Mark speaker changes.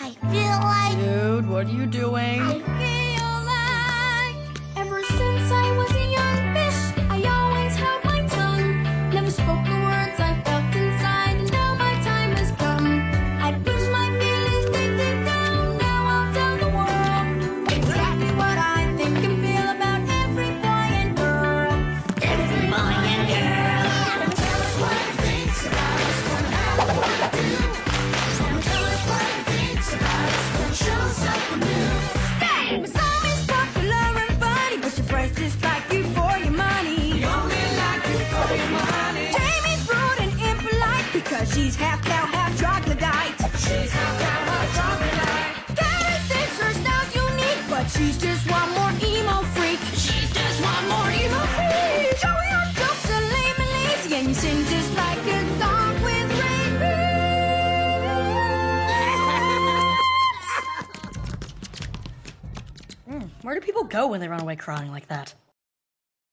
Speaker 1: I feel like,
Speaker 2: Dude, what are you
Speaker 1: I
Speaker 2: doing?
Speaker 1: feel like. Ever since I was a young fish, I always held my tongue. Never spoke the words I felt inside, and now my time has come. I push my feelings deeply down, now I'll tell the world exactly what I think and feel about every boy and girl. Every boy and girl. Someone tell us what it thinks about us, wanna know what it do. Someone tell us what it thinks about us, wanna show us something new. Stay! Some is popular and funny, but your price just like you for your money. Jamie's rude and impolite because she's half cow, half troglodyte. She's half cow, half troglodyte. Carrie thinks her style's unique, but she's just one more emo freak. She's just one more emo freak. Joey on jokes are lame and lazy, and you sing just like a dog with rabies.
Speaker 2: Where do people go when they run away crying like that?